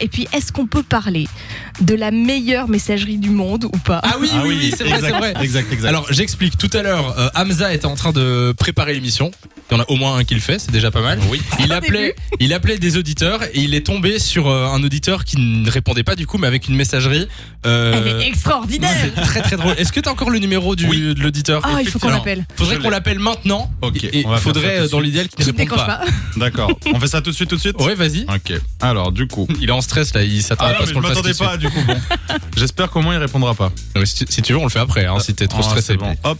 Et puis, est-ce qu'on peut parler de la meilleure messagerie du monde ou pas Ah oui, Ah oui, oui, oui, c'est vrai, c'est exact, vrai. Exact, exact. Alors j'explique, tout à l'heure, euh, Hamza était en train de préparer l'émission. Il y en a au moins un qui le fait, c'est déjà pas mal. oui. Il Au appelait, il appelait des auditeurs et il est tombé sur euh, un auditeur qui ne répondait pas du coup, mais avec une messagerie. euh, Elle est extraordinaire c'est très très drôle. Est-ce que t'as encore le numéro du, Oui. de l'auditeur Ah, il faut qu'on Alors, l'appelle. Faudrait Je qu'on l'ai. l'appelle maintenant. Ok, Et on va il faire ça faudrait tout de euh, dans suite. l'idéal qu'il ne Qui ne réponde décroche pas. pas. D'accord. On fait ça tout de suite, tout de suite Ouais, vas-y. Ok. Alors, du coup. Il est en stress là, il s'attend Ah, à non, pas mais ce je qu'on le fasse. tout de m'attendais suite. pas, du coup. Bon. J'espère qu'au moins il répondra pas. Ouais, Si tu- si tu veux, on le fait après, hein, si t'es trop Ah, stressé. c'est bon. Hop,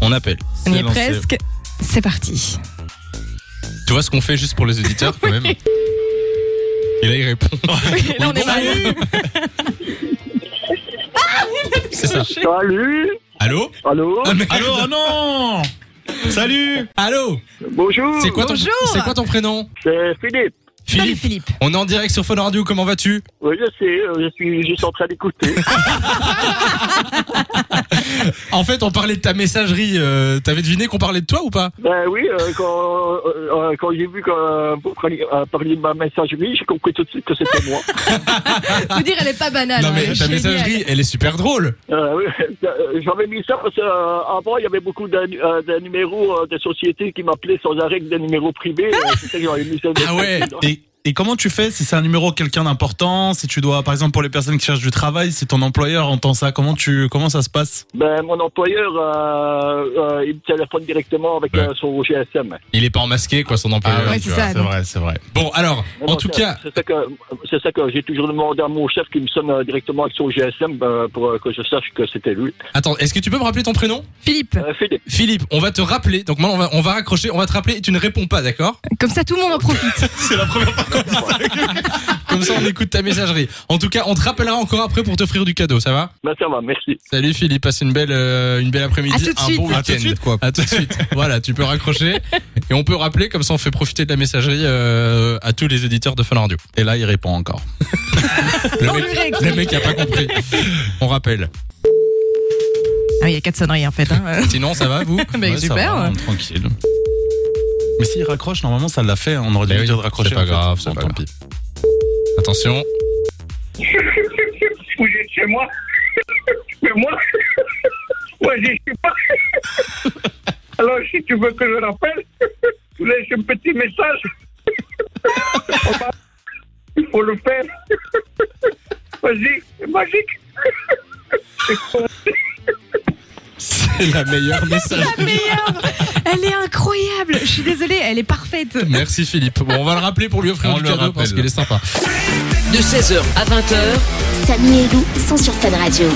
On appelle. On y c'est est lancé. presque. C'est parti. Tu vois ce qu'on fait juste pour les auditeurs quand même Et là il répond. Là, on est bon, mal. C'est ça. Salut Allô Allô Ah, merde. Allô, oh non Salut Allô Bonjour C'est quoi, ton- Bonjour. c'est quoi ton prénom C'est Philippe. Salut Philippe. On est en direct sur Fun Radio, comment vas-tu Oui, je sais, euh, je suis juste en train d'écouter. En fait, on parlait de ta messagerie. euh, T'avais deviné qu'on parlait de toi ou pas ben oui, euh, quand, euh, euh, quand j'ai vu que euh, vous parliez euh, parliez de ma messagerie, j'ai compris tout de suite que c'était moi. Faut dire, elle est pas banale. Ah. Non, mais hein, ta génial. messagerie, elle est super drôle. Euh, oui, euh, J'avais mis ça parce qu'avant, il y avait beaucoup de, euh, de numéros euh, de sociétés qui m'appelaient sans arrêt que des numéros privés. euh, c'est ça que j'avais mis ça. Ah ouais et, et comment tu fais si c'est un numéro quelqu'un d'important Si tu dois, par exemple, pour les personnes qui cherchent du travail, si ton employeur entend ça, comment, tu, comment ça se passe Ben, mon employeur, euh, euh, il me téléphone directement avec Ouais. euh, son GSM. Il est pas enmasqué, quoi, son employeur. Ah, ouais, tu c'est vois. ça. non. vrai, Euh, c'est vrai. Bon, alors, Non, en non, tout c'est- cas, c'est ça que c'est ça que j'ai toujours demandé à mon chef qui me sonne euh, directement avec son GSM euh, pour euh, que je sache que c'était lui. attends, est-ce que tu peux me rappeler ton prénom Philippe, Euh, Philippe, Philippe, on va te rappeler. Donc, moi, on va, on va raccrocher, on va te rappeler et tu ne réponds pas, d'accord comme ça tout le monde en profite. C'est la première fois. Comme ça, on écoute ta messagerie. En tout cas, on te rappellera encore après pour t'offrir du cadeau, ça va ben ça va, merci. Salut Philippe, passe une belle, euh, une belle À après-midi, tout de un suite. bon À tout de week-end. suite, quoi. À tout de suite. voilà, tu peux raccrocher et on peut rappeler comme ça on fait profiter de la messagerie euh, à tous les auditeurs de Fun Radio. Et là, il répond encore. Le On mec, lui réexplique. le mec a pas compris. On rappelle. Ah, il y a quatre sonneries en fait. hein. Sinon, ça va vous Mais Ouais, ça super. va, on est Ah, tranquille. Mais s'il raccroche, normalement, ça l'a fait. hein. On aurait dû Mais lui Eh Ben oui, dire de raccrocher. c'est pas en fait. grave, c'est Bon, pas tant grave. pis. Attention. Vous êtes chez moi Mais moi Moi, je suis pas. Alors, si tu veux que je rappelle, tu laisses un petit message. On va- Il faut le faire. Vas-y, c'est magique. C'est la meilleure messagerie. La meilleure. Elle est incroyable. Je suis désolée, elle est parfaite. Merci Philippe. Bon, on va le rappeler pour lui offrir On du le cadeau parce rappelle. qu'il est sympa. de 16h à 20h. Samy et Lou sont sur Fun Radio.